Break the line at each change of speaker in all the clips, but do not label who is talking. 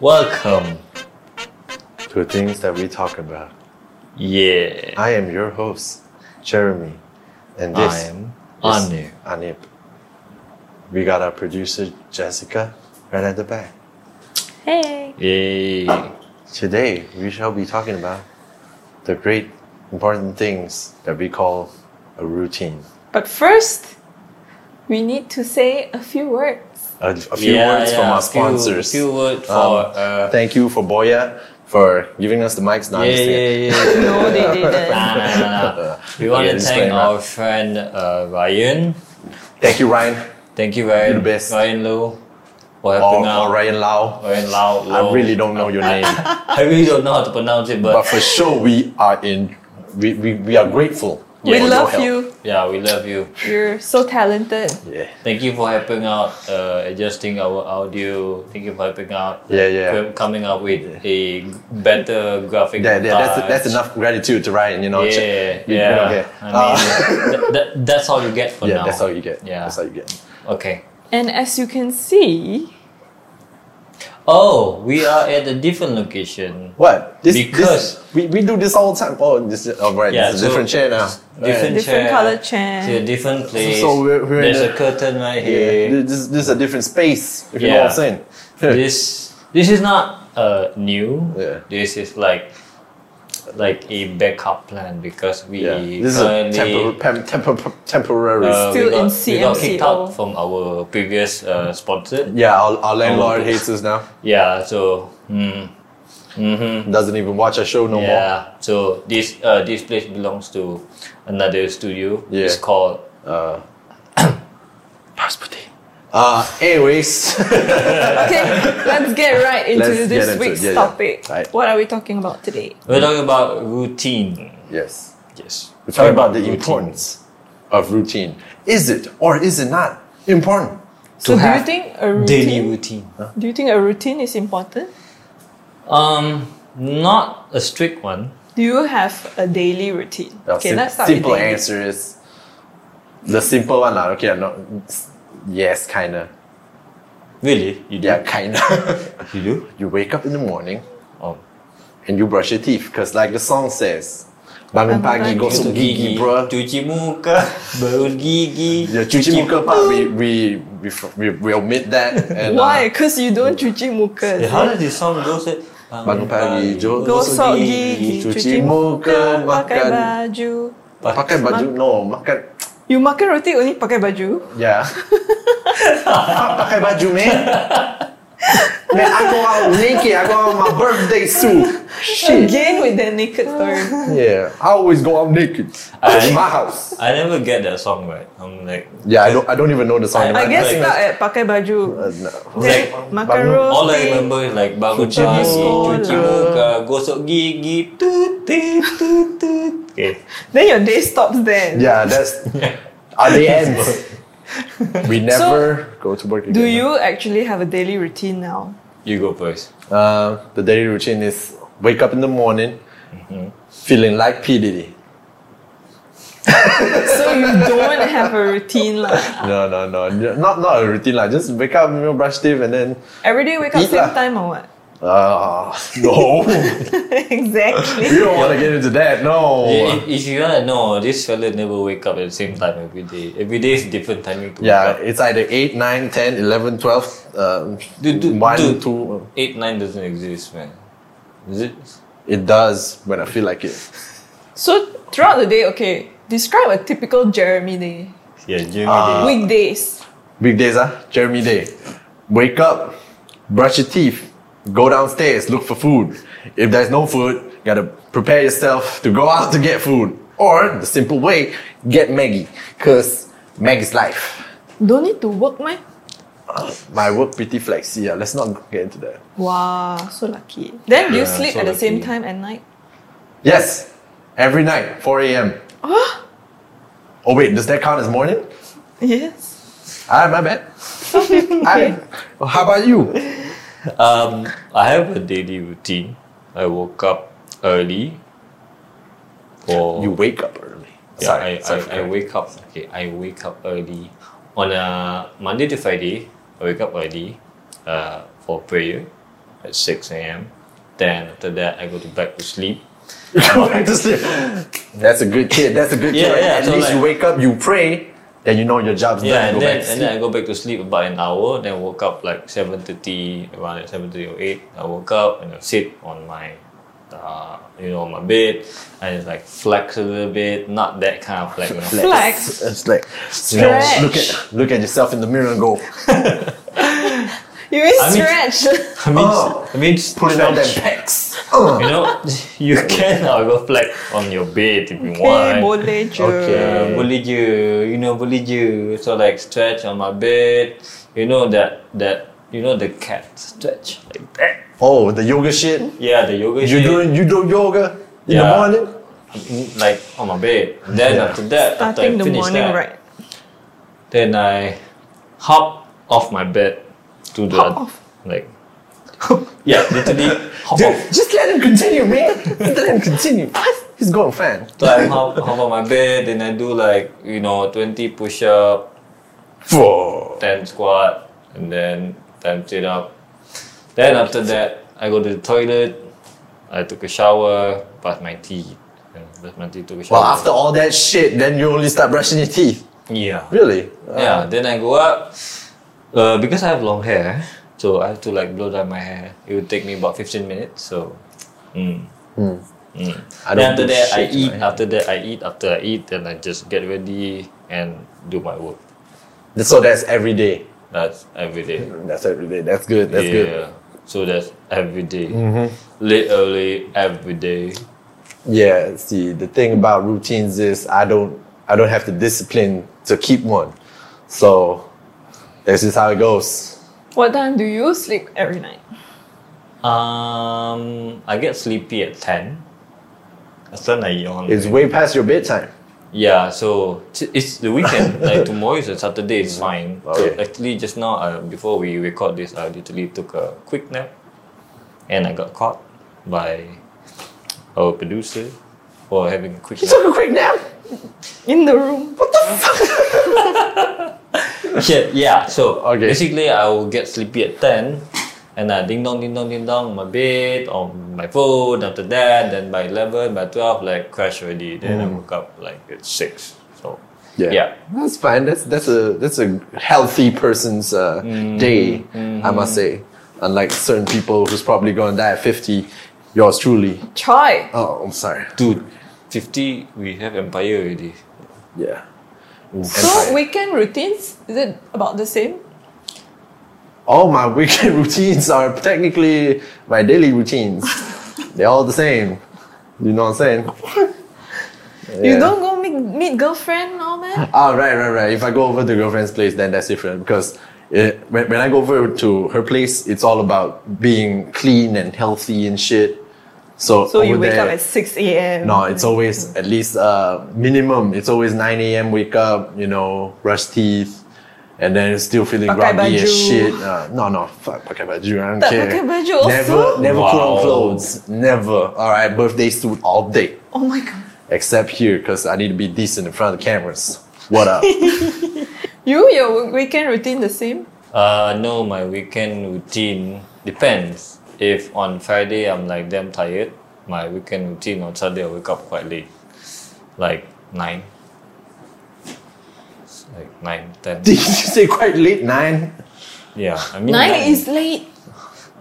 Welcome.
to things that we talk about.
Yeah.
I am your host, Jeremy, and this
I am
is
Anu.
Anip. We got our producer Jessica right at the back.
Hey.
Yay.
Today we shall be talking about the great important things that we call a routine.
But first, we need to say a few words.
A, a few
Yeah,
words from
yeah,
our
few-
sponsors.
few words
Um,
for, uh,
thank you for Boya for giving us the mics. Now
Yeah, yeah, yeah.
No, they
Nah,
didn't.
nah, nah, nah. We want to
Okay,
thank
disclaimer.
our friend uh, Ryan.
Thank you, Ryan.
Thank you, Ryan.
You're the best.
Ryan Lu for
Or,
helping out.
or Ryan Lau.
Ryan Lau.
I
Lu.
really don't know your name.
I really don't know how to pronounce it,
but
but
for sure we are in we, we, we are grateful
We
for your
love
help.
you.
yeah, we love you.
You're so talented.
yeah
Thank you for helping out, uh, adjusting our audio. Thank you for helping out.
Yeah, yeah.
for Coming up with a better graphic.
yeah, yeah that's,
touch.
that's enough gratitude to Ryan you know
Yeah,
check- you- you
yeah.
know, okay.
I mean,
Uh,
that, that, that's all you get for
yeah
now.
that's all you get
Yeah.
that's all you get
Okay.
And as you can see,
Oh, we are at a different location.
what this,
Because-
this, we, we do this all the time oh this is oh, right
Yeah,
this is
so-
a different chair now
Different,
different
chair,
color
To a
chair.
different place.
so we're- we're in
There's
a-
a, curtain right
Right. yeah.
here.
this, this- this is a different space if you know
Yeah.
what I'm saying
This this is not uh, new.
Yeah.
This is like like a backup plan because we
yeah this is a
currently
tempor- pem- tempor- temporary
Uh,
Still
we got,
in
We got kicked
CMCO.
out from our previous uh, sponsor.
yeah our, our landlord
Oh.
hates us now
Yeah, so mm, mhm,
doesn't even watch our show no
yeah, so this uh, this place belongs to another studio.
Yeah.
It's called
more uh, uh anyways
Okay, let's get right into
Let's get
this
into it.
week's
Yeah, yeah.
topic.
Right.
What are we talking about today?
we're talking about routine.
Yes.
Yes,
We're talking about the
routine.
importance of routine. Is it or is it not important?
So do you
have
think a
daily
routine
routine.
do you think a routine is important?
Um, not a strict one.
Do you have a daily routine?
The
Okay,
sim-
let's start
simple
with daily.
answer is the simple one. lah. Okay, I'm not. Yes, kinda.
Really, you do.
Yeah, kinda.
You do.
you wake up in the morning
Oh,
and you brush your teeth because, like the song says, bangun pagi
pagi,
gosok gigi, bro.
Cuci muka, baru gigi.
Yeah, cuci muka part we we we f- we, we omit that. And, uh,
Why? Because you don't chuchi muka.
Yeah,
Eh,
how does this song go? um, uh, Say,
Bangun pagi, jo-
Gosok gigi,
cuci
cuci
muka,
muka, pakai
makan.
baju.
uh, pakai baju no makan.
You makan roti only pakai baju?
Yeah. Fuck pakai baju, man. Man, I go out naked. I go out in my birthday suit. Shit.
Again with that naked story.
Yeah, I always go out naked.
I-
in my house.
I never get that song right. I'm like,
Yeah, I don't. I don't even know the song.
I
I guess
think
stuck at pakai baju.
no.
Then
Like,
makan
bangun-
roti.
all I remember is like bangun
Cuci
pagi,
muka.
cuci muka, gosok gigi, tut tut tut tut. Okay,
Then your day stops there.
Yeah, that's. Are they ends? We never go to work again.
Do you actually have a daily routine now?
you go first.
Uh, the daily routine is wake up in the morning, Mm-hmm. feeling like P Diddy.
So you don't have a routine lah.
No, no, no, not not a routine like just wake up, you know, brush teeth, and then
Every day wake up
Eat
same
lah.
time or what?
uh, no.
exactly.
You don't want to get into that, no.
Yeah, If, if you
Oh,
wanna know, this fella never wake up at the same time every day. Every day is different timing to wake
Yeah,
up.
it's either 8, 9, 10, 11, 12, uh,
Dude, dude,
1,
dude.
2.
Eight nine doesn't exist, man. Is it?
It does when I feel like it.
So throughout the day, okay, describe a typical Jeremy day.
Yeah, Jimmy
Ah.
Weekdays.
Weekdays, huh? Jeremy Day. Wake up, brush your teeth, go downstairs, look for food. If there's no food, gotta prepare yourself to go out to get food. Or the simple way, get Maggie, because Maggie's life.
Don't need to work, man.
My work pretty flexy, yeah. Let's not get into that.
Wow, so lucky. Then do you
Yeah,
sleep
so
at the same
lucky.
time at night?
Yes, every night, 4 a.m. Oh wait, does that count as morning?
Yes.
Ah, my bad. I, well, how about you?
Um, I have a daily routine. I woke up early. For
You wake up early.
yeah, I, I, I wake up. Okay, I wake up early on a Monday to Friday. I wake up early, uh, for prayer. at 6 a.m. Then after that, I go to back to sleep.
Go back to sleep. That's a good kid. That's a good
Yeah,
kid.
yeah,
At
so like-
least you wake up, you pray, then you know your job's
Yeah, and
done. Go
then,
back to
and
sleep.
then I go back to sleep about an hour. Then woke up like seven thirty, around seven thirty or eight. I woke up and I sit on my, uh, you know, my bed. I just like flex a little bit, not that kind of flex. you know.
Flex.
It's like you know,
Stretch.
look at look at yourself in the mirror and go
You mean
I mean-
stretch?
I mean,
Oh.
I mean,
pulling out them
stretch.
pecs. Uh.
You know, you can go flex on your bed if you
Okay,
want.
boleh je.
Uh, boleh je, you know, boleh je. So like stretch on my bed. You know that that you know the cat stretch like that.
Oh, the yoga shit.
Yeah, the yoga.
You
shit.
doing you do yoga in the
Yeah.
morning?
Mm, like on my bed. Then
Yeah.
after that,
I
after I
think the
finish
morning,
that,
right?
then I hop off my bed to the
Hop off?
like yeah, literally hop
Dude,
off.
just let him continue, man. Just let him continue. He's going fan.
So I hop, hop on my bed, then I do like you know twenty push up,
Whoa.
ten squat, and then ten sit up. Then after that, I go to the toilet. I took a shower, brush my teeth, and brush my teeth, took a shower.
Well, after all that shit, then you only start brushing your teeth.
yeah.
Really?
Yeah, then I go up. Uh, because I have long hair, so I have to like blow dry my hair. It would take me about 15 minutes, so. Mm. Mm.
I
then
don't
after
do
that, I
shit to
eat.
my hair.
After that, I eat. After I eat, then I just get ready and do my work.
So that's every day.
That's every day.
That's every day. That's good. That's
yeah.
good. Mm-hmm.
So that's every day. Late, early, every day.
Yeah. See, the thing about routines is I don't I don't have the discipline to keep one. So that's just how it goes.
What time do you sleep every night?
Um, I get sleepy at 10. That's when I yawn.
It's way past your bedtime.
Yeah, so t- it's the weekend. like tomorrow is a Saturday, it's fine.
Okay.
So actually, just now, uh, before we record this, I literally took a quick nap, and I got caught by our producer for having a quick
You
nap.
took a quick nap.
In the room. What the
yeah, yeah. So
Okay.
basically, I will get sleepy at ten, and I ding dong, ding dong, ding dong, on my bed, on my phone. After that, then by eleven, by twelve, like crash already. Then I woke up like at six. So yeah.
That's fine. That's that's a that's a healthy person's uh, day, I must say. Unlike certain people who's probably gonna die at fifty, yours truly.
Try.
Oh, I'm sorry.
Dude, 50, we have Empire already.
Yeah.
So weekend routines is it about the same?
all my weekend routines are technically my daily routines. They're all the same. You know what I'm saying?
You
Yeah.
don't go meet, meet girlfriend, all that.
Ah, right, right, right. If I go over to girlfriend's place, then that's different because it, when, when I go over to her place, it's all about being clean and healthy and shit. So,
So you
over
wake
there-
up at six a.m.
No, it's always at least uh, minimum. It's always 9 a.m. wake up, you know, brush teeth, and then still feeling
Pakai
groggy as
baju.
shit. Uh, no, no, fuck, pakai baju, I don't
Tak
care.
pakai baju
never,
also?
never put on
Wow.
clothes. Never. All right, birthday suit all day,
Oh my god.
except here because I need to be decent in front of the cameras. What up?
You your w- weekend routine the same?
Uh, no, my weekend routine depends. If on Friday I'm like damn tired, my weekend routine on Saturday I wake up quite late. Like 9. It's Like 9, 10.
Did you say quite late nine?
Yeah, I mean
Nine is late.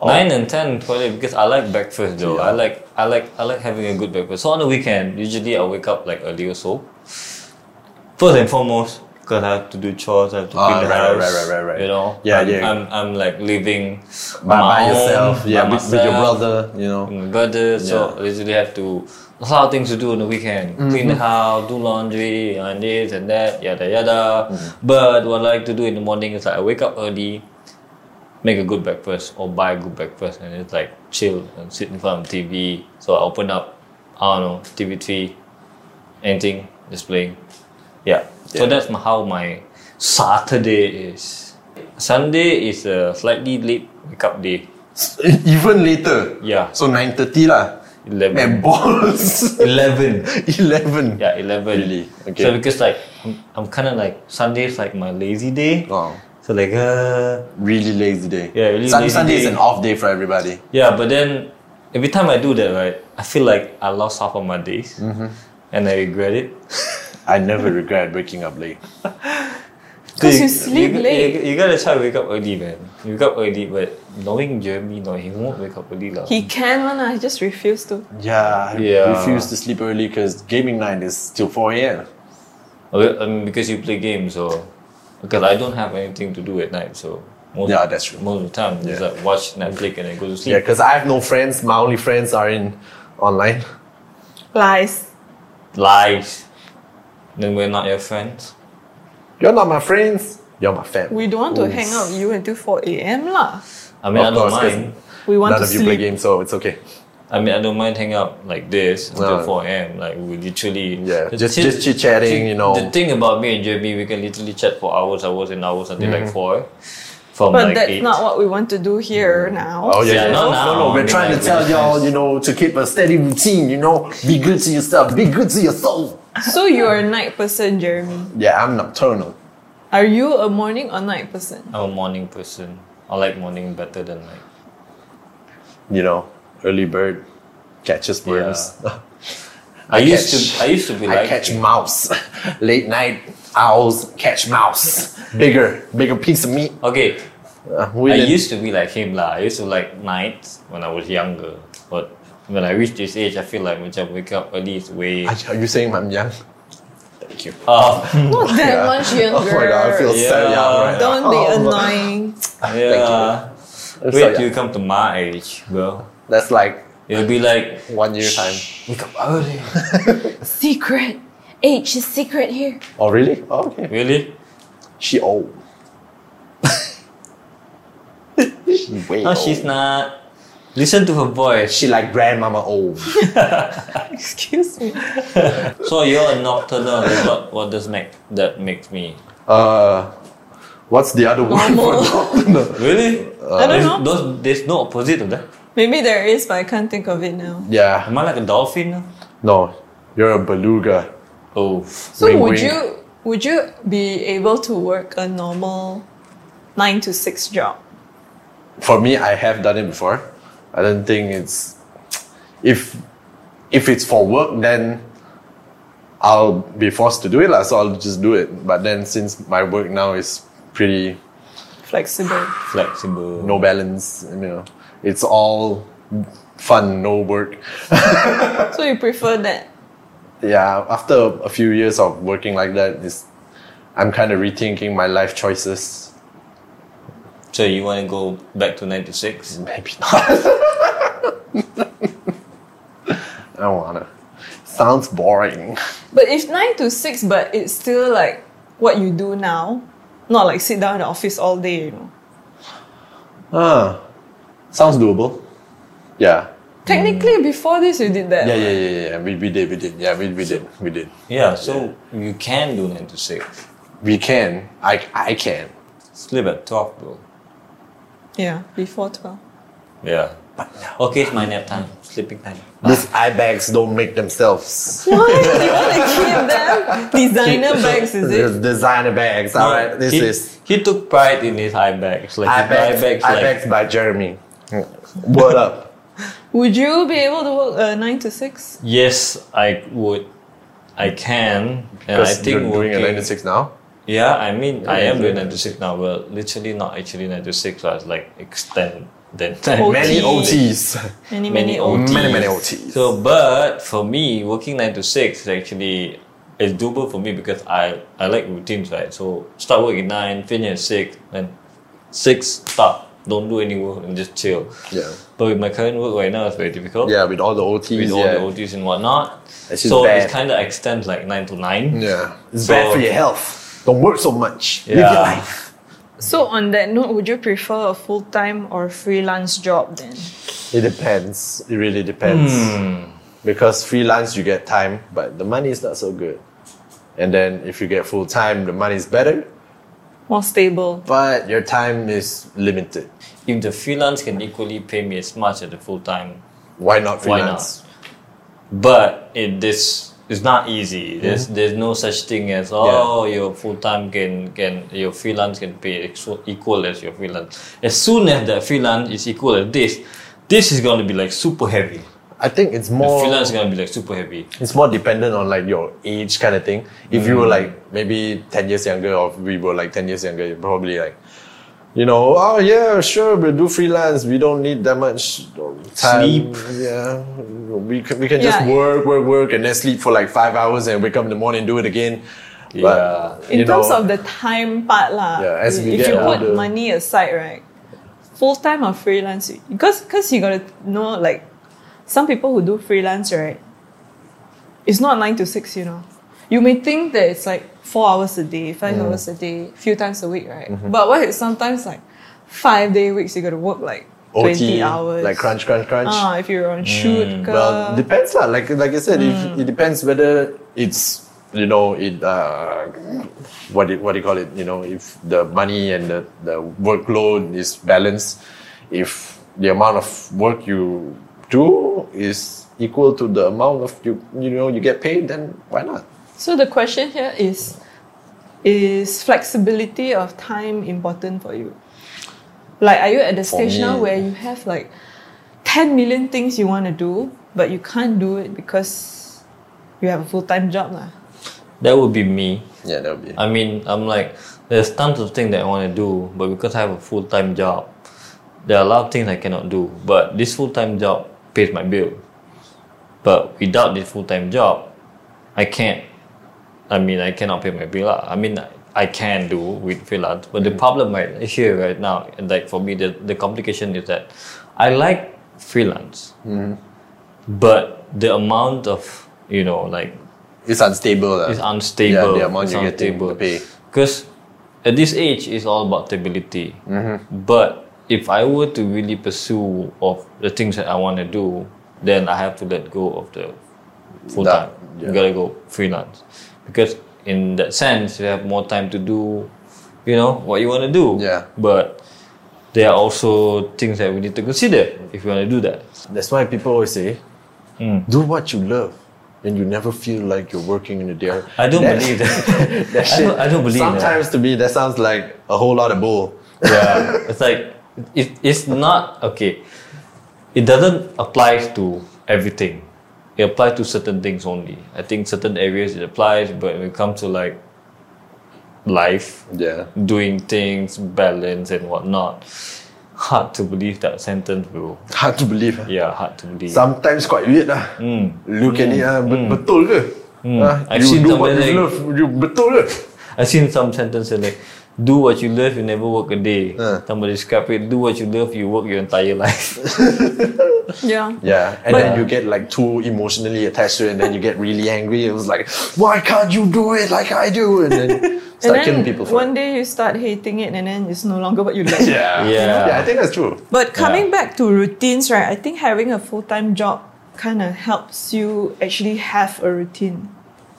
Oh.
9 and 10 probably because I like breakfast though. I like I like I like having a good breakfast. So on the weekend, usually I wake up like early or so. First and foremost, because I have to do chores, I have to
Ah,
clean the
right, right,
house.
right, right, right.
You know?
Yeah,
I'm,
yeah.
I'm, I'm like living
By,
on my
by
own,
yourself,
by
yeah, with, with your
myself,
brother, you know.
with My brother, uh, so I usually have to a lot of things to do on the weekend. Clean the house, do laundry, and this and that, yada yada. But what I like to do in the morning is like I wake up early, make a good breakfast or buy a good breakfast and it's like chill and sit in front of TV. So I open up, I don't know, TV three, anything, just playing. Yeah. So that's my, how my Saturday is. Sunday is a slightly late wake up day.
Even later.
Yeah.
So 9.30 lah.
Eleven.
Man, balls.
11.
11.
Yeah, 11.
Really? Okay.
So because like, I'm, I'm kind of like, Sunday's like my lazy day.
Wow.
So like, uh,
Really lazy day.
Yeah, really
Sun-
lazy
Sunday is
day.
an off day for everybody.
yeah. But then every time I do that, right, I feel like I lost half of my days,
Mm-hmm.
and I regret it.
I never regret waking up late.
Because you sleep
you,
late.
You, you gotta try to wake up early, man. You wake up early, but knowing Jeremy, no, he won't wake up early, lah.
He can one, I just refuse to.
Yeah, I
Yeah.
refuse to sleep early because gaming night is till 4 a.m.
Okay, um, because you play games, or because I don't have anything to do at night, so most,
Yeah, that's true.
Most of the time, just like watch Netflix and then go to
Yeah,
sleep.
because I have no friends. My only friends are in online.
Lies.
Lies. Then we're not your friends.
You're not my friends. You're my family.
We don't want to hang out with you until 4 a.m. lah.
I mean,
Of
I don't
course, 'cause
mind.
We want
None
to
of you play
sleep.
games, so it's okay.
I mean, I don't mind hanging out like this until
No.
4 a.m. Like, we literally.
Yeah,
the
just-
thing-
just chit-chatting,
the-
you know.
The thing about me and JB, we can literally chat for hours, hours, and hours until like
Mm-hmm.
4. From
But
like
that's
8.
not what we want to do here now.
Oh yeah,
Yeah,
yeah.
no, no,
no, no. We're
no,
trying
no,
to
no,
tell
no.
y'all, you know, to keep a steady routine. You know, be good to yourself, be good to yourself.
So you're a night person, Jeremy.
Yeah, I'm nocturnal.
Are you a morning or night person?
I'm a morning person. I like morning better than night.
You know, early bird catches worms.
I, used
catch-
to. I used to be
I
like.
catch mouse. Late night owls catch mouse. Bigger, bigger piece of meat.
Okay,
Uh,
I
willing.
used to be like him lah. I used to like nights when I was younger, but when I reached this age, I feel like when I wake up early is way.
Are, are you saying I'm young? Thank you.
Uh,
Not that
Yeah.
much younger.
Oh my god, I feel so
Yeah.
young right now.
Don't be
Oh my-
annoying.
yeah.
I'm so
Wait till
young.
you come to my age, bro.
That's like
It'll be like
one year time.
wake up early.
Secret. H is secret here.
Oh really? Oh, okay.
really?
She old. she way
No,
old.
she's not. Listen to her voice.
She like grandmama old.
Excuse me.
So you're a nocturnal. That's what what does make that makes me
Uh, what's the other word for nocturnal?
really?
I don't know.
Those, Uh, there's no opposite of that.
Maybe there is, but I can't think of it now.
Yeah.
Am I like a dolphin? now?
No, you're a beluga.
Oh,
So
Wink,
would
wink.
you would you be able to work a normal nine to six job?
For me, I have done it before. I don't think it's if if it's for work, then I'll be forced to do it, lah. So I'll just do it. But then since my work now is pretty
Flexible.
flexible.
no balance, you know, it's all fun, no work.
So you prefer that?
yeah, after a few years of working like that, it's, I'm kind of rethinking my life choices.
So you want to go back to 96?
Maybe not. I don't wanna. Sounds boring.
But if nine to six, but it's still like what you do now, not like sit down in the office all day, you know.
Ah, sounds doable. Yeah.
Technically, before this, you did that.
Yeah, yeah, yeah, yeah. yeah. We, we did, we did. Yeah, we, we did, we did.
Yeah, so you can do 96.
We can. I, I can.
Sleep at 12, bro.
Yeah, before twelve.
Yeah. Okay, it's my nap time. Sleeping time.
These eye bags don't make themselves.
Why you want to keep them? Designer bags, is it?
These Designer bags. All right, this
he,
is
He took pride in his eye bags. Like
eye
his eye
bags.
bags,
Eye
like,
bags by Jeremy. What up?
Would you be able to work uh, nine to six?
yes, I would. I can. And I
Because
think
you're doing a
working-
96 now.
Yeah, I mean, I am doing
Yeah.
96 now, but literally not actually 96. I was like extend then.
Many
OT.
OTs.
Many, many, old.
Many, many OTs.
So, but for me, working nine to six is actually is doable for me because I I like routines, right? So start work at nine, finish at six, then six stop. Don't do any work and just chill.
Yeah.
But with my current work right now, it's very difficult.
Yeah, with all the OTs.
With
yeah.
all the OTs and whatnot.
That's just
so
bad.
it kind of extends like nine to nine.
Yeah. It's
So-
bad for your health. Don't work so much. Live
Yeah.
your life.
So on that note, would you prefer a full time or freelance job then?
It depends. It really depends. Hmm. Because freelance, you get time, but the money is not so good. And then if you get full time, the money is better,
More stable.
but your time is limited.
If the freelance can equally pay me as much as the full time,
Why not
Why
freelance?
but in this it's not easy. There's there's no such thing as oh your full time can can your freelance can pay exo- equal as your freelance. As soon as the freelance is equal as this, this is gonna be like super heavy.
I think it's
The
more
freelance is gonna be like super heavy.
it's more dependent on like your age kind of thing. If you were like maybe ten years younger, or if we were like ten years younger, you're probably like, you know, oh yeah, sure, we do freelance. We don't need that much time.
Sleep.
Yeah, we can, we can just
Yeah.
work, work, work, and then sleep for like five hours, and wake up in the morning, do it again.
Yeah.
In
you
terms
know,
of the time part lah,
Yeah, as we
if
get
you
older.
put money aside, right, full time or freelance, because because you gotta know like some people who do freelance, right, it's not nine to six, you know. You may think that it's like four hours a day, five hours a day, few times a week, right?
Mm-hmm.
But what if sometimes like five day weeks you gotta work like
OT,
twenty hours,
like crunch, crunch, crunch. Mm,
Ah, if you're on shoot, ke,
Well, depends lah. Like like I said, if, it depends whether it's you know it uh, what do, what do you call it? You know, if the money and the, the workload is balanced, if the amount of work you do is equal to the amount of you you know you get paid, then why not?
So the question here is is flexibility of time important for you? Like are you at the stage now
me-
where you have like 10 million things you want to do but you can't do it because you have a full-time job lah.
That would be me.
Yeah, that would be.
I mean, I'm like, there's tons of things that I want to do, but because I have a full time job, there are a lot of things I cannot do. But this full time job pays my bill. But without this full time job, I can't. I mean, I cannot pay my bill. lah. I mean, I, I can do with freelance, but the problem right here right now, and like for me, the, the complication is that I like freelance, but the amount of you know like
It's unstable. lah.
it's unstable.
Uh, Yeah, the amount
it's
you get to pay.
Because at this age, it's all about stability.
Mm-hmm.
But if I were to really pursue of the things that I want to do, then I have to let go of the full time.
That-
You gotta go freelance because in that sense, you have more time to do, you know, what you want to do.
Yeah.
But there are also things that we need to consider if you want to do that.
That's why people always say,
Hmm.
do what you love, and you never feel like you're working in a day.
I don't
That-
believe that.
that
I
shit.
don't- I don't believe that.
Sometimes to me, that sounds like a whole lot of bull.
yeah it's like it, it's not okay it doesn't apply to everything it applies to certain things only i think certain areas it applies but when it comes to like life
Yeah.
doing things balance and whatnot hard to believe that sentence bro
Hard to believe. ah.
yeah Mm. hard to believe
Sometimes quite weird lah. Look at it ah, bet- betul ke? Ah,
Mm. I've
you
seen
do
some where
what you
they-
love, you betul ke?
I've seen some sentences like, do what you love, you never work a day.
Uh.
Somebody describe it, do what you love, you work your entire life.
Yeah.
Yeah, and
But-
then you get like too emotionally attached to it, and then you get really angry. It was like, why can't you do it like I do? And then
And
start killing
then
people for
one
it.
day you start hating it and then it's no longer what you like.
Yeah.
Yeah.
yeah, I think that's true.
But coming back to routines, right? I think having a full-time job kind of helps you actually have a routine.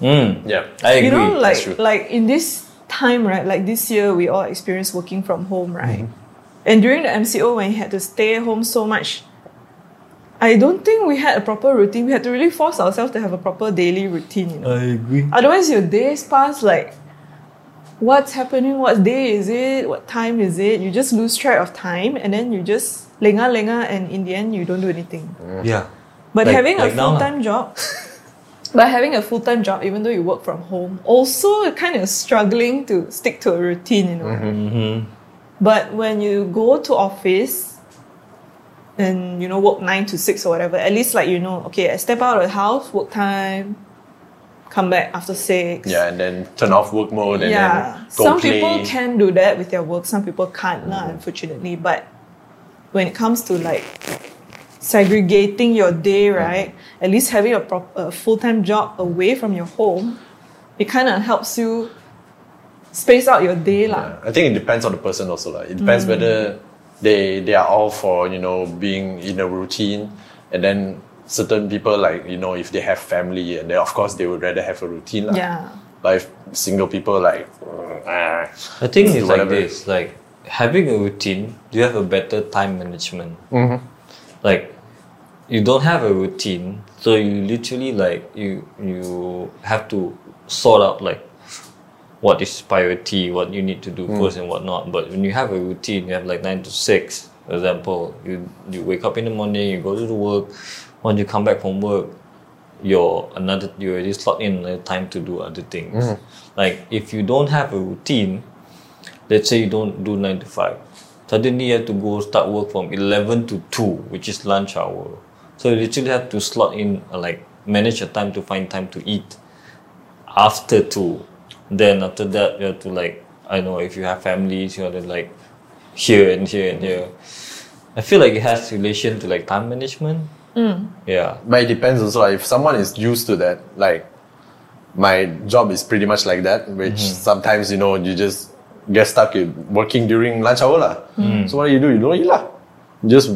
Mm,
Yeah,
I agree.
you know like
true.
like in this time right like this year we all experienced working from home right and during the mco when you had to stay home so much i don't think we had a proper routine we had to really force ourselves to have a proper daily routine you know
I agree.
otherwise your days pass like what's happening what day is it what time is it you just lose track of time and then you just lenga lenga and in the end you don't do anything
Yeah.
but
Like-
having
like
a
now
full time job, but having a full time job, even though you work from home, also kind of struggling to stick to a routine, you know.
Mm-hmm,
But when you go to office and you know work nine to six or whatever, at least like you know, okay, I step out of the house, work time, come back after six.
Yeah, and then turn off work mode, and
Yeah.
then go
Some
play. Mm-hmm.
people can do that with their work, some people can't, lah, unfortunately. But when it comes to like segregating your day,
Mm-hmm.
right? At least having a, prop- a full time job away from your home, it kind of helps you space out your day. lah. Mm.
I think it depends on the person also. Like. It depends whether they they are all for, you know, being in a routine and then certain people like, you know, if they have family and then of course they would rather have a routine. lah.
Yeah.
But if single people like mm, ah,
I think
Just
it's
do
like
whatever.
this: like having a routine, you have a better time management. Like you don't have a routine, so you literally like you you have to sort out like what is priority, what you need to do first and what not. But when you have a routine, you have like nine to six, for example. You you wake up in the morning, you go to the work, once you come back from work, you're another you already slot in another time to do other things. Like if you don't have a routine, let's say you don't do nine to five. Suddenly you have to go start work from eleven to two, which is lunch hour. So you literally have to slot in uh, like manage your time to find time to eat after two. Then after that you have to like I know if you have families you have to like here and here and here. I feel like it has relation to like time management. Yeah.
But it depends also. Like, if someone is used to that, like my job is pretty much like that, which sometimes you know you just get stuck in working during lunch hour lah. So what do you do? You don't eat lah. You Just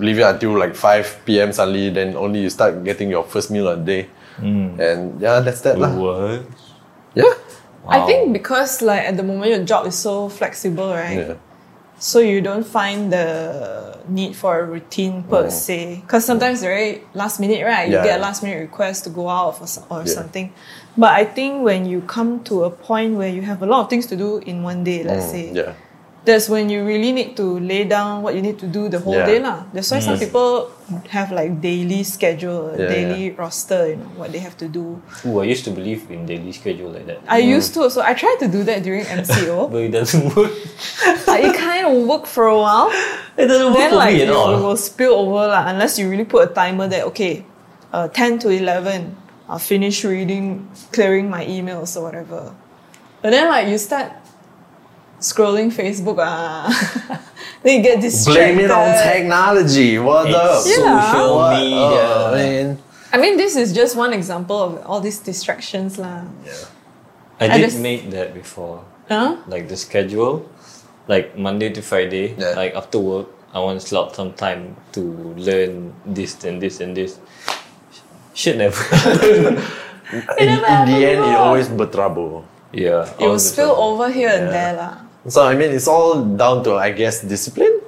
leave it until like five p.m. suddenly, then only you start getting your first meal a day. And yeah, that's that
The
lah.
world.
Yeah.
I think because like at the moment your job is so flexible, right?
Yeah.
So you don't find the need for a routine per se, because sometimes they're very last minute, right? You
Yeah.
get a last minute request to go out for so- or
Yeah.
something. But I think when you come to a point where you have a lot of things to do in one day, let's
Mm,
say,
Yeah.
that's when you really need to lay down what you need to do the whole
Yeah. Mm.
day, lah. That's why some people have like daily schedule,
Yeah,
daily roster, you know what they have to do.
Ooh, I used to believe in daily schedule like that.
I
Mm.
used to, so I tried to do that during MCO.
but it doesn't work.
Like it kind of worked for a while.
It doesn't work
Then
for
like
me
it
at all.
will spill over lah, unless you really put a timer that okay, uh, ten to eleven, I'll finish reading, clearing my emails or whatever. But then like you start scrolling Facebook ah, then you get distracted.
Blame it on technology. What up?
It's social
What
media.
up, man?
I mean, this is just one example of all these distractions lah.
I
I
did
just-
make that before.
Huh?
Like the schedule, like Monday to Friday,
Yeah.
like after work, I want to slot some time to learn this and this and this. Shit never.
In,
never
in the end,
happened
it
before.
always betrabo.
yeah.
It will spill over here and there lah.
So I mean, it's all down to I guess discipline.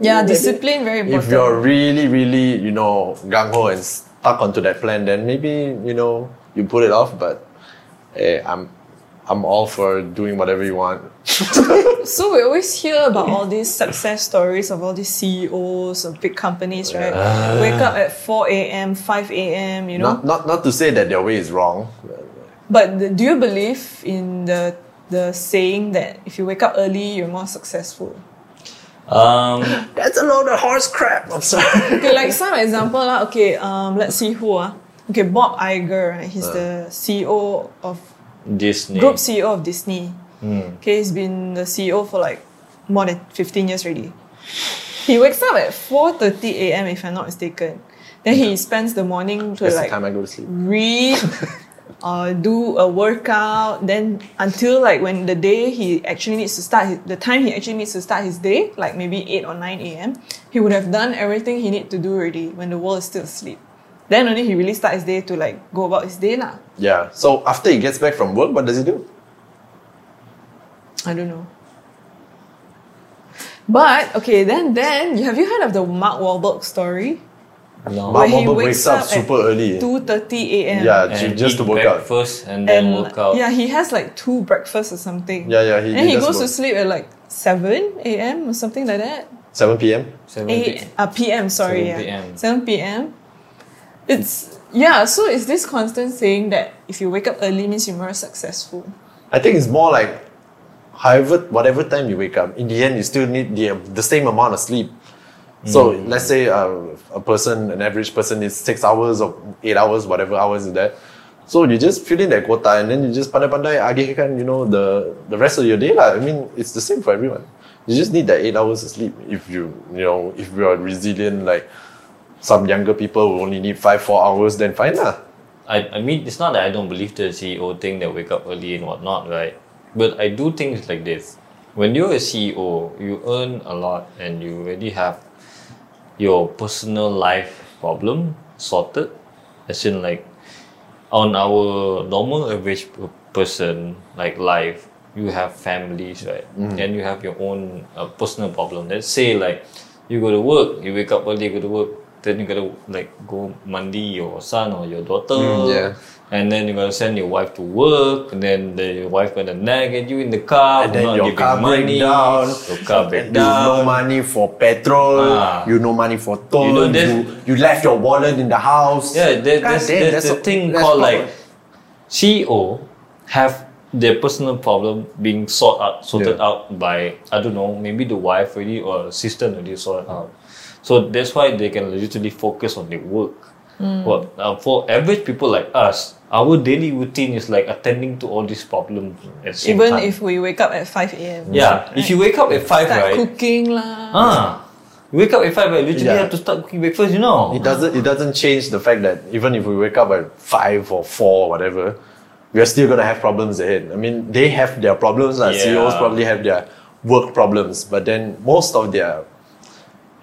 Yeah, discipline very important.
If you're really, really, you know, gung ho and stuck onto that plan, then maybe you know you put it off. But eh, I'm, I'm all for doing whatever you want.
So we always hear about all these success stories of all these CEOs of big companies, right? Wake up at 4 a.m., 5 a.m., you know.
Not, not, not to say that their way is wrong.
but the, do you believe in the the saying that if you wake up early, you're more successful?
Um,
That's a load of horse crap. I'm sorry.
Okay, like some example lah. Okay, um, let's see who ah. Okay, Bob Iger, right? he's the CEO of
Disney.
group CEO of Disney.
Hmm.
Okay, he's been the CEO for like more than 15 years already. He wakes up at 4:30 a.m. if I'm not mistaken. Then he spends the morning to
That's
like
the time I go to sleep.
read, uh, do a workout. Then until like when the day he actually needs to start, his, the time he actually needs to start his day, like maybe 8 or 9 a.m., he would have done everything he need to do already when the world is still asleep. Then only he really starts his day to like go about his day lah.
Yeah. So after he gets back from work, what does he do?
I don't know. But okay, then then have you heard of the Mark Wahlberg story?
No.
Mark
he
Wahlberg
wakes
wakes up
up at
super early.
Two thirty a.m.
Yeah, ju-
And
just to
eat
work out.
breakfast and then
and
work out.
yeah, he has like two breakfasts or something.
Yeah, yeah, he-
and
he
he,
does
goes to
work.
sleep at like seven a.m. or something like that.
7 p.m.
7
Eight
p.m.
uh, p.m. Sorry,
7
yeah,
p.m..
seven p.m. It's yeah. So it's this constant saying that if you wake up early means you're more successful.
I think it's more like, however, whatever time you wake up, in the end, you still need the, the same amount of sleep. So let's say uh, a person, an average person, needs six hours or eight hours, whatever hours is that. So you just fill in that quota and then you just pandai-pandai agihkan, you know, the, the rest of your day. lah. I mean, it's the same for everyone. You just need that eight hours of sleep if you, you know, if you are resilient, like some younger people who only need five, four hours, then fine lah.
I, I mean, it's not that I don't believe the CEO thing that wake up early and whatnot, right? But I do things like this. When you're a CEO, you earn a lot and you already have your personal life problem sorted. As in, like, on our normal average p- person, like life, you have families, right?
Mm-hmm.
And you have your own uh, personal problem. Let's say, like, you go to work, you wake up early, go to work, Then you gotta like go mandi your son or your daughter.
Mm, yeah.
And then you gotta send your wife to work. And then the, your wife gonna nag at you in the car.
And then
not
your
giving
car break
money.
down.
Your car break
You
down.
no money for petrol.
Ah.
You no money for
You
toll. You,
know, there's-
you, left your wallet in the house.
Yeah, there,
God
there's,
damn,
there's
that's
a
a-
thing
that's
called
problem.
like CEO have their personal problem being sought out, sorted
Yeah.
out by I don't know, maybe the wife already or sister already
Mm.
sorted out. So that's why they can literally focus on their work.
Mm.
But uh, for average people like us, our daily routine is like attending to all these problems at the same
Even
time.
if we wake up at 5 a.m.
yeah, if you wake up at five,
Start
right?
cooking lah.
Ah, you wake up at five, right? Literally
Yeah.
have to start cooking breakfast. You know.
It doesn't. It doesn't change the fact that even if we wake up at five or four, or whatever, we are still gonna have problems ahead. I mean, they have their problems. Like
Yeah.
CEOs probably have their work problems, but then most of their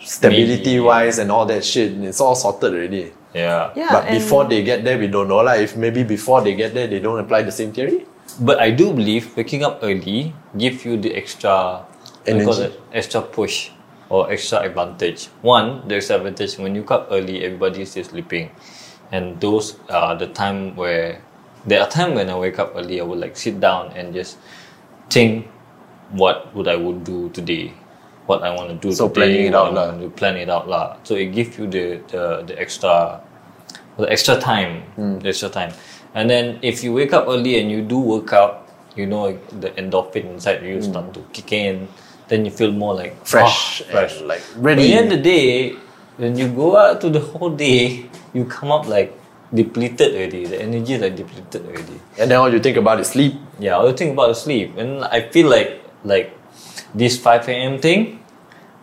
stability wise and all that shit, it's all sorted already.
Yeah.
Yeah,
but
and-
before they get there, we don't know. Like if maybe before they get there, they don't apply the same theory.
But I do believe waking up early gives you the extra what do you call
Energy.
it? extra push or extra advantage. One, there's advantage when you wake up early, everybody is still sleeping, and those are the time where there are time when I wake up early, I would like sit down and just think, what would I would do today, what I want to do.
So
today,
planning
what
it out
I
lah.
want to plan it out lah. So it gives you the the, the extra the extra time,
Hmm.
the extra time. And then if you wake up early and you do work out, you know the endorphin inside you start to kick in. Then you feel more like
Hmm.
ah,
Fresh,
fresh.
and like
But at
ready.
the end of the day, when you go out to the whole day, you come up like depleted already. The energy is like depleted already.
And then all you think about is sleep.
Yeah, all you think about is sleep. And I feel like like this 5 a.m. thing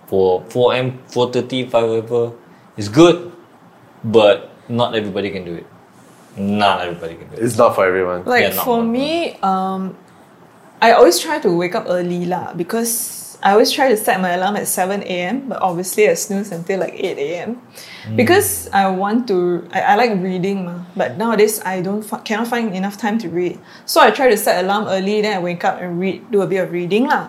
for 4 a.m., 4.30, 5 whatever is good, but not everybody can do it. Not everybody can do it.
It's not for everyone.
Yeah,
Like
not
for
work,
me, um, I always try to wake up early lah because I always try to set my alarm at 7 a.m. But obviously I snooze until like 8 a.m. Because I want to, I, I like reading ma, but nowadays I don't fi- cannot find enough time to read. So I try to set alarm early, then I wake up and read, do a bit of reading lah.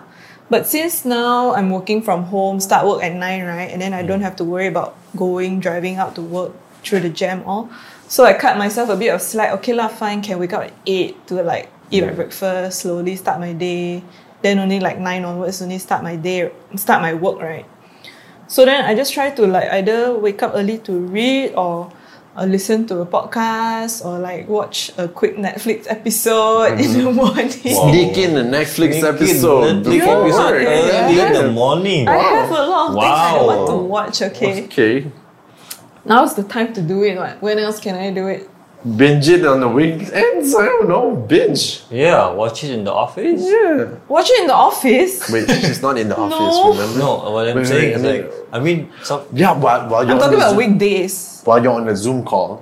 But since now I'm working from home, start work at 9, right? And then I don't have to worry about going, driving out to work through the jam all. So I cut myself a bit of slack. Okay lah, fine, can wake up at 8 to like eat my breakfast, slowly start my day. Then only like 9 onwards, only start my day, start my work, right? So then I just try to like either wake up early to read or uh, listen to a podcast or like watch a quick Netflix episode in the morning.
Wow.
Sneak in the Netflix episode
Netflix
before
episode
work.
early in the
Yeah.
morning.
I have a lot of things I want to
Wow.
watch, okay?
Okay.
Now's the time to do it. What? When else can I do it?
binge it on the weekends. I don't know, binge.
Yeah, watch it in the office.
Yeah.
Watch it in the office.
Wait, she's not in the office,
No.
remember?
No, what I'm
Wait, wait,
saying
wait,
is like, I mean, some,
Yeah, while, while you're
I'm
on the
talking about
Zoom,
weekdays.
while you're on a Zoom call,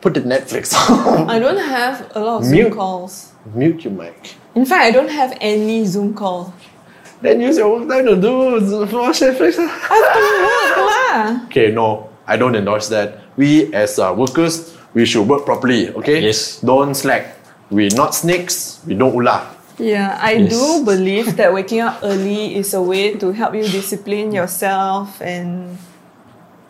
put the Netflix on.
I don't have a lot of Zoom
Mute.
calls.
Mute your mic.
In fact, I don't have any Zoom call.
Then use your work time to do watch Netflix.
Lah.
Okay, no, I don't endorse that. We as uh, workers, we should work properly. Okay.
Yes.
Don't slack. We're not snakes. We don't ulah.
Yeah, I
Yes.
do believe that waking up early is a way to help you discipline yourself and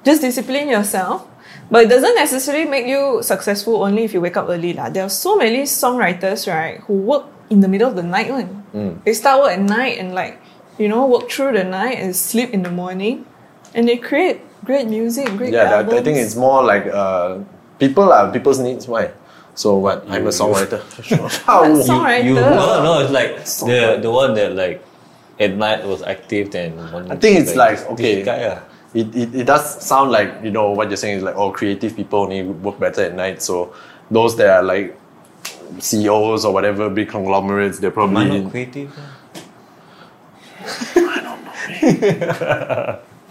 just discipline yourself. But it doesn't necessarily make you successful only if you wake up early. lah. There are so many songwriters, right, who work in the middle of the night. One.
Mm.
They start work at night and, like, you know, work through the night and sleep in the morning. And they create great music, great
Yeah, that,
albums.
I think it's more like uh, people are people's needs. Why? So what? I'm a songwriter.
But
How?
songwriter.
you, no, no, it's like the,
Songwriter.
the one that like at night was active then. I
think it's like, okay.
This guy, ah.
It, it, it does sound like you know what you're saying is like oh creative people only work better at night. So those that are like CEOs or whatever big conglomerates, they're
Am
probably
I not creative?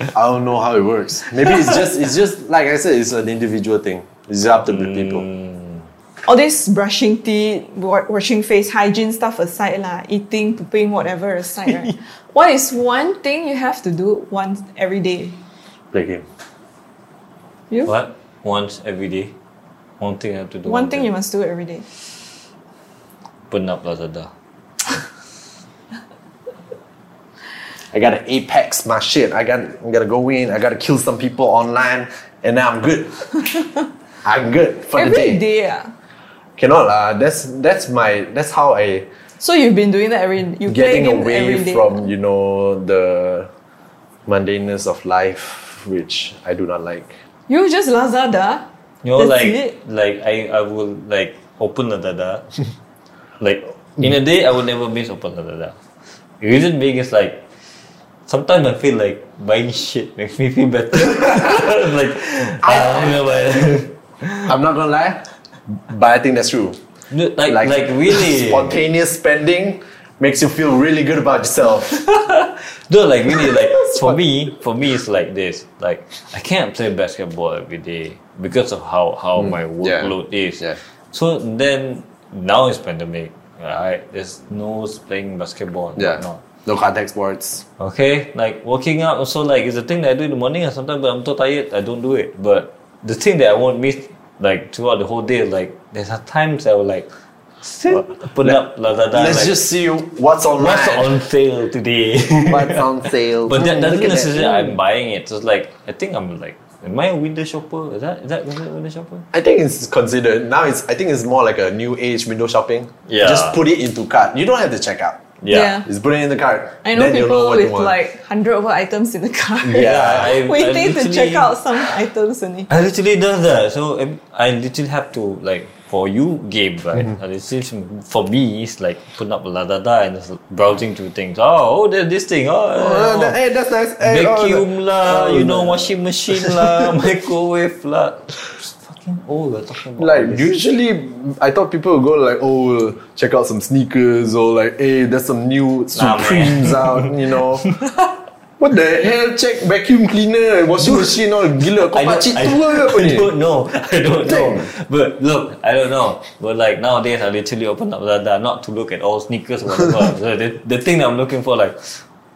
I don't know how it works. Maybe it's just it's just like I said, it's an individual thing. It's up to the people.
all this brushing teeth, wa- washing face, hygiene stuff aside lah, eating, pooping, whatever aside, right? what is one thing you have to do once every day?
Play game.
You?
What? Once every day. One thing I have to do.
One thing you must do every day.
Open up Lazada.
I gotta apex my shit. I got I gotta go in. I gotta kill some people online. and now I'm good. I'm good for the
Every
day.
day, ah.
Cannot lah. That's that's my that's how I
So you've been doing that every you
getting
play games every
away
day.
from you know the mundaneness of life, which I do not like.
you just Lazada.
You know,
That's
like
it.
like I I will like open the dada. like in a day, I will never miss open the dada. The reason being is like sometimes I feel like buying shit makes me feel better. like I don't know, but
Ah.
I'm not gonna lie, but I think that's true.
like like, really
spontaneous spending makes you feel really good about yourself.
No, like really, like for me, for me, it's like this. Like I can't play basketball every day because of how how my
Mm, yeah.
workload is.
Yeah.
So then now it's pandemic, right? There's no playing basketball. And
yeah,
whatnot.
no contact sports.
Okay, like working out also like it's a thing that I do in the morning and sometimes when I'm too tired, I don't do it. But the thing that I won't miss like throughout the whole day, like there's are times I will like sit, open up, la da da.
Let's
like,
just see what's online.
what's on sale today.
What's on sale?
But that
Hmm,
Mm,
doesn't
look at
necessarily
that.
I'm buying it. It's like I think I'm like am I a window shopper? Is that is that window, window shopper?
I think it's considered now. It's I think it's more like a new age window shopping.
Yeah.
just put it into cart. You don't have to check out.
Yeah.
Just put it in the cart.
I know
Then you'll
people
what you
with
want.
like hundred over items in the car.
Yeah,
I- I
waiting to check
literally-
out some items only.
I literally does that. So um, I literally have to like for you game right. And it seems for me it's like putting up la da da and just browsing through things. Oh, oh there's this thing. Oh,
Oh,
oh,
that- hey, that's nice. Hey, oh,
vacuum lah.
oh,
you know,
no.
washing machine lah, microwave lah. It's fucking old. We're talking about all
Like
this.
usually, I thought people would go like, "Oh, check out some sneakers," or like, "Hey, there's some new
Nah,
Supremes out," you know. What the hell? Check vacuum cleaner, washing machine, all gila. Kau pakcik tua ke apa
I
ni?
don't know. I don't know.
Damn.
But look, I don't know. But like nowadays, I literally open up Lazada not to look at all sneakers or whatever. so the, the thing that I'm looking for, like,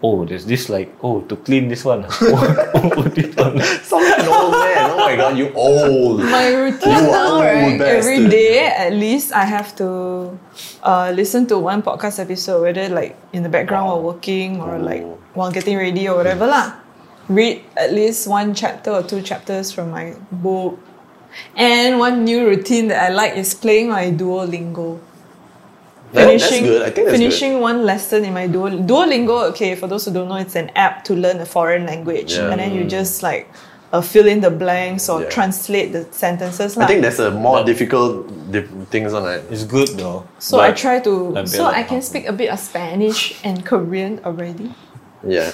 oh, there's this like, oh, to clean this one. oh, oh, this one.
Sound like an old man. Oh my god, you old.
My routine
You are
now,
old
right? Every
bastard.
day, at least I have to uh, listen to one podcast episode, whether like in the background while working or like
Oh.
while getting ready or whatever lah. Read at least one chapter or two chapters from my book. And one new routine that I like is playing my Duolingo.
That- that's good. I think that's
finishing one lesson in my Duol- Duolingo. Okay, for those who don't know, it's an app to learn a foreign language,
Yeah.
and then you just like uh, fill in the blanks or
Yeah.
translate the sentences.
I
lah.
think that's a more difficult di- things on it.
It's good though.
so. I
But
try
a
to
bit
so
like
I can
half.
speak a bit of Spanish and Korean already.
Yeah.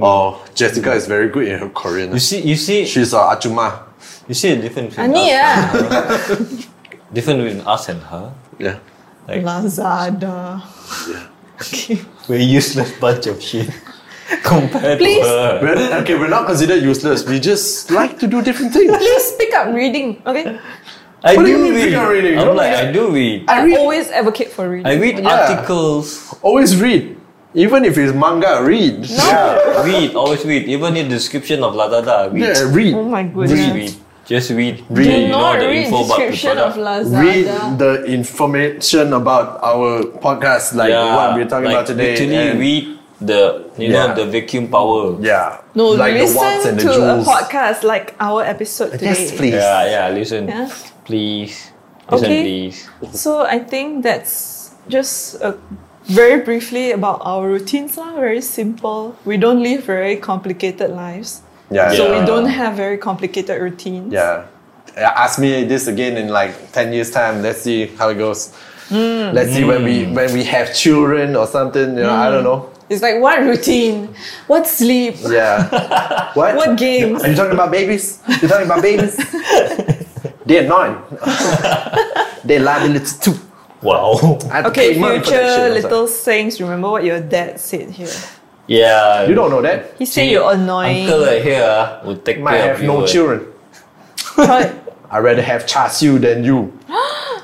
Oh, Jessica is very good in her
Mm.
Korean.
You see, you see,
She's a achuma.
you see a difference between us,
Ani yeah.
different between us and her.
Yeah.
Like-
Lazada.
Yeah.
Okay.
We're useless bunch of shit compared
Please.
to her.
We're, okay, we're not considered useless. We just like to do different things.
Please pick up reading. Okay.
I
What
do,
do you mean we
read.
can't read it?
I'm
Don't
like,
read.
I do read.
I
I,
read-
always advocate for reading.
I read
Yeah.
articles.
Always read, even if it's manga. Read. Yeah.
read, always read. Even the description of Lazada, read.
Yeah. Read.
oh my
Just
goodness.
read. Just read.
Read.
the,
Do
you
not
know, the
read
info about the
description of
product.
Lazada.
Read the information about our podcast, like
Yeah,
what we're talking
like,
about today.
Literally
and-
read the you
Yeah.
know the vacuum power.
Yeah.
No,
like the watts
listen
and the
to a
joules.
podcast like our episode today.
Yes, please.
Yeah, yeah. Listen,
Yeah.
please. Listen,
Okay.
please.
So I think that's just a, very briefly about our routines lah. Very simple. We don't live very complicated lives,
Yeah.
so we
Yeah.
don't have very complicated routines.
Yeah. Yeah, Ask me this again in like ten years time. Let's see how it goes.
Hmm.
Let's see
Hmm.
when we when we have children or something. You know, I don't
Hmm.
know.
It's like what routine? What sleep?
Yeah. what?
What games?
Are you talking about babies? You're talking about babies? They're nine. They're liabilities too.
Wow.
I have to
Okay,
pay money for that shit. I
future
was like,
little sayings. Remember what your dad said here.
Yeah.
You don't know that.
He said you're annoying.
Uncle right here ah, will take
You might
care
have
of you.
no
eh.
children.
Try-
I'd rather have char siu than you.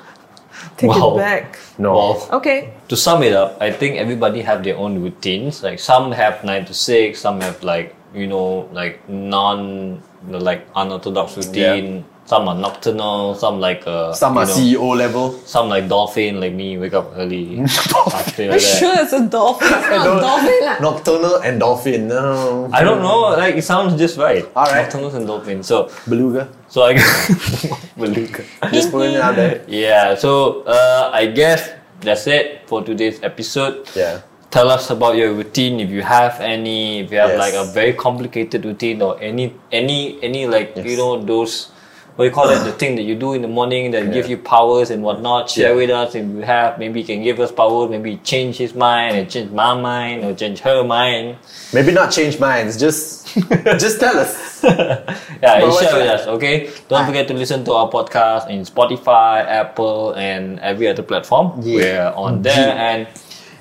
Take
Wow.
it back.
No.
Wow.
Okay.
to sum it up, I think everybody have their own routines. Like some have nine to six, some have like you know like non like unorthodox routine. Some are nocturnal. Some like uh,
Some
you
are
know,
CEO level.
Some like dolphin, like me, wake up early. after that.
Are you sure it's a dolphin? It's not a dolphin. lah.
Nocturnal and dolphin. No.
I don't know. Like it sounds just right.
All right.
Nocturnals and dolphins. So
Beluga.
so I beluga.
Just putting it out there.
Yeah. So uh, I guess that's it for today's episode.
Yeah.
Tell us about your routine if you have any. If you have
Yes.
like a very complicated routine or any any any like you
Yes.
know those. What do you call it? The thing that you do in the morning that give you powers and whatnot. Share
Yeah.
with us if you have. Maybe you can give us powers. Maybe change his mind and change my mind or change her mind.
Maybe not change minds. Just, just tell us.
Yeah, you
Well,
share
what's
with
that?
us, okay? Don't forget to listen to our podcast in Spotify, Apple, and every other platform.
Yeah.
We're on there. And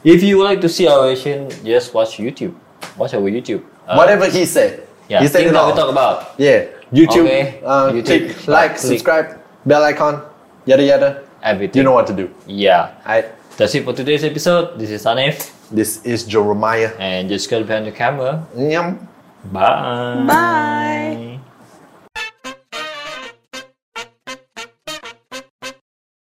if you would like to see our version, just watch YouTube. Watch our YouTube. Uh,
Whatever he said.
Yeah,
He said
things
it
that we talk
all.
about.
Yeah. YouTube.
Okay.
Uh,
YouTube.
Click like,
Click.
subscribe, bell icon, yada yada.
Everything.
You know what to do.
Yeah.
I.
That's it for today's episode. This is Hanif.
This is Jeremiah.
And just go behind the camera.
Yum.
Bye.
Bye.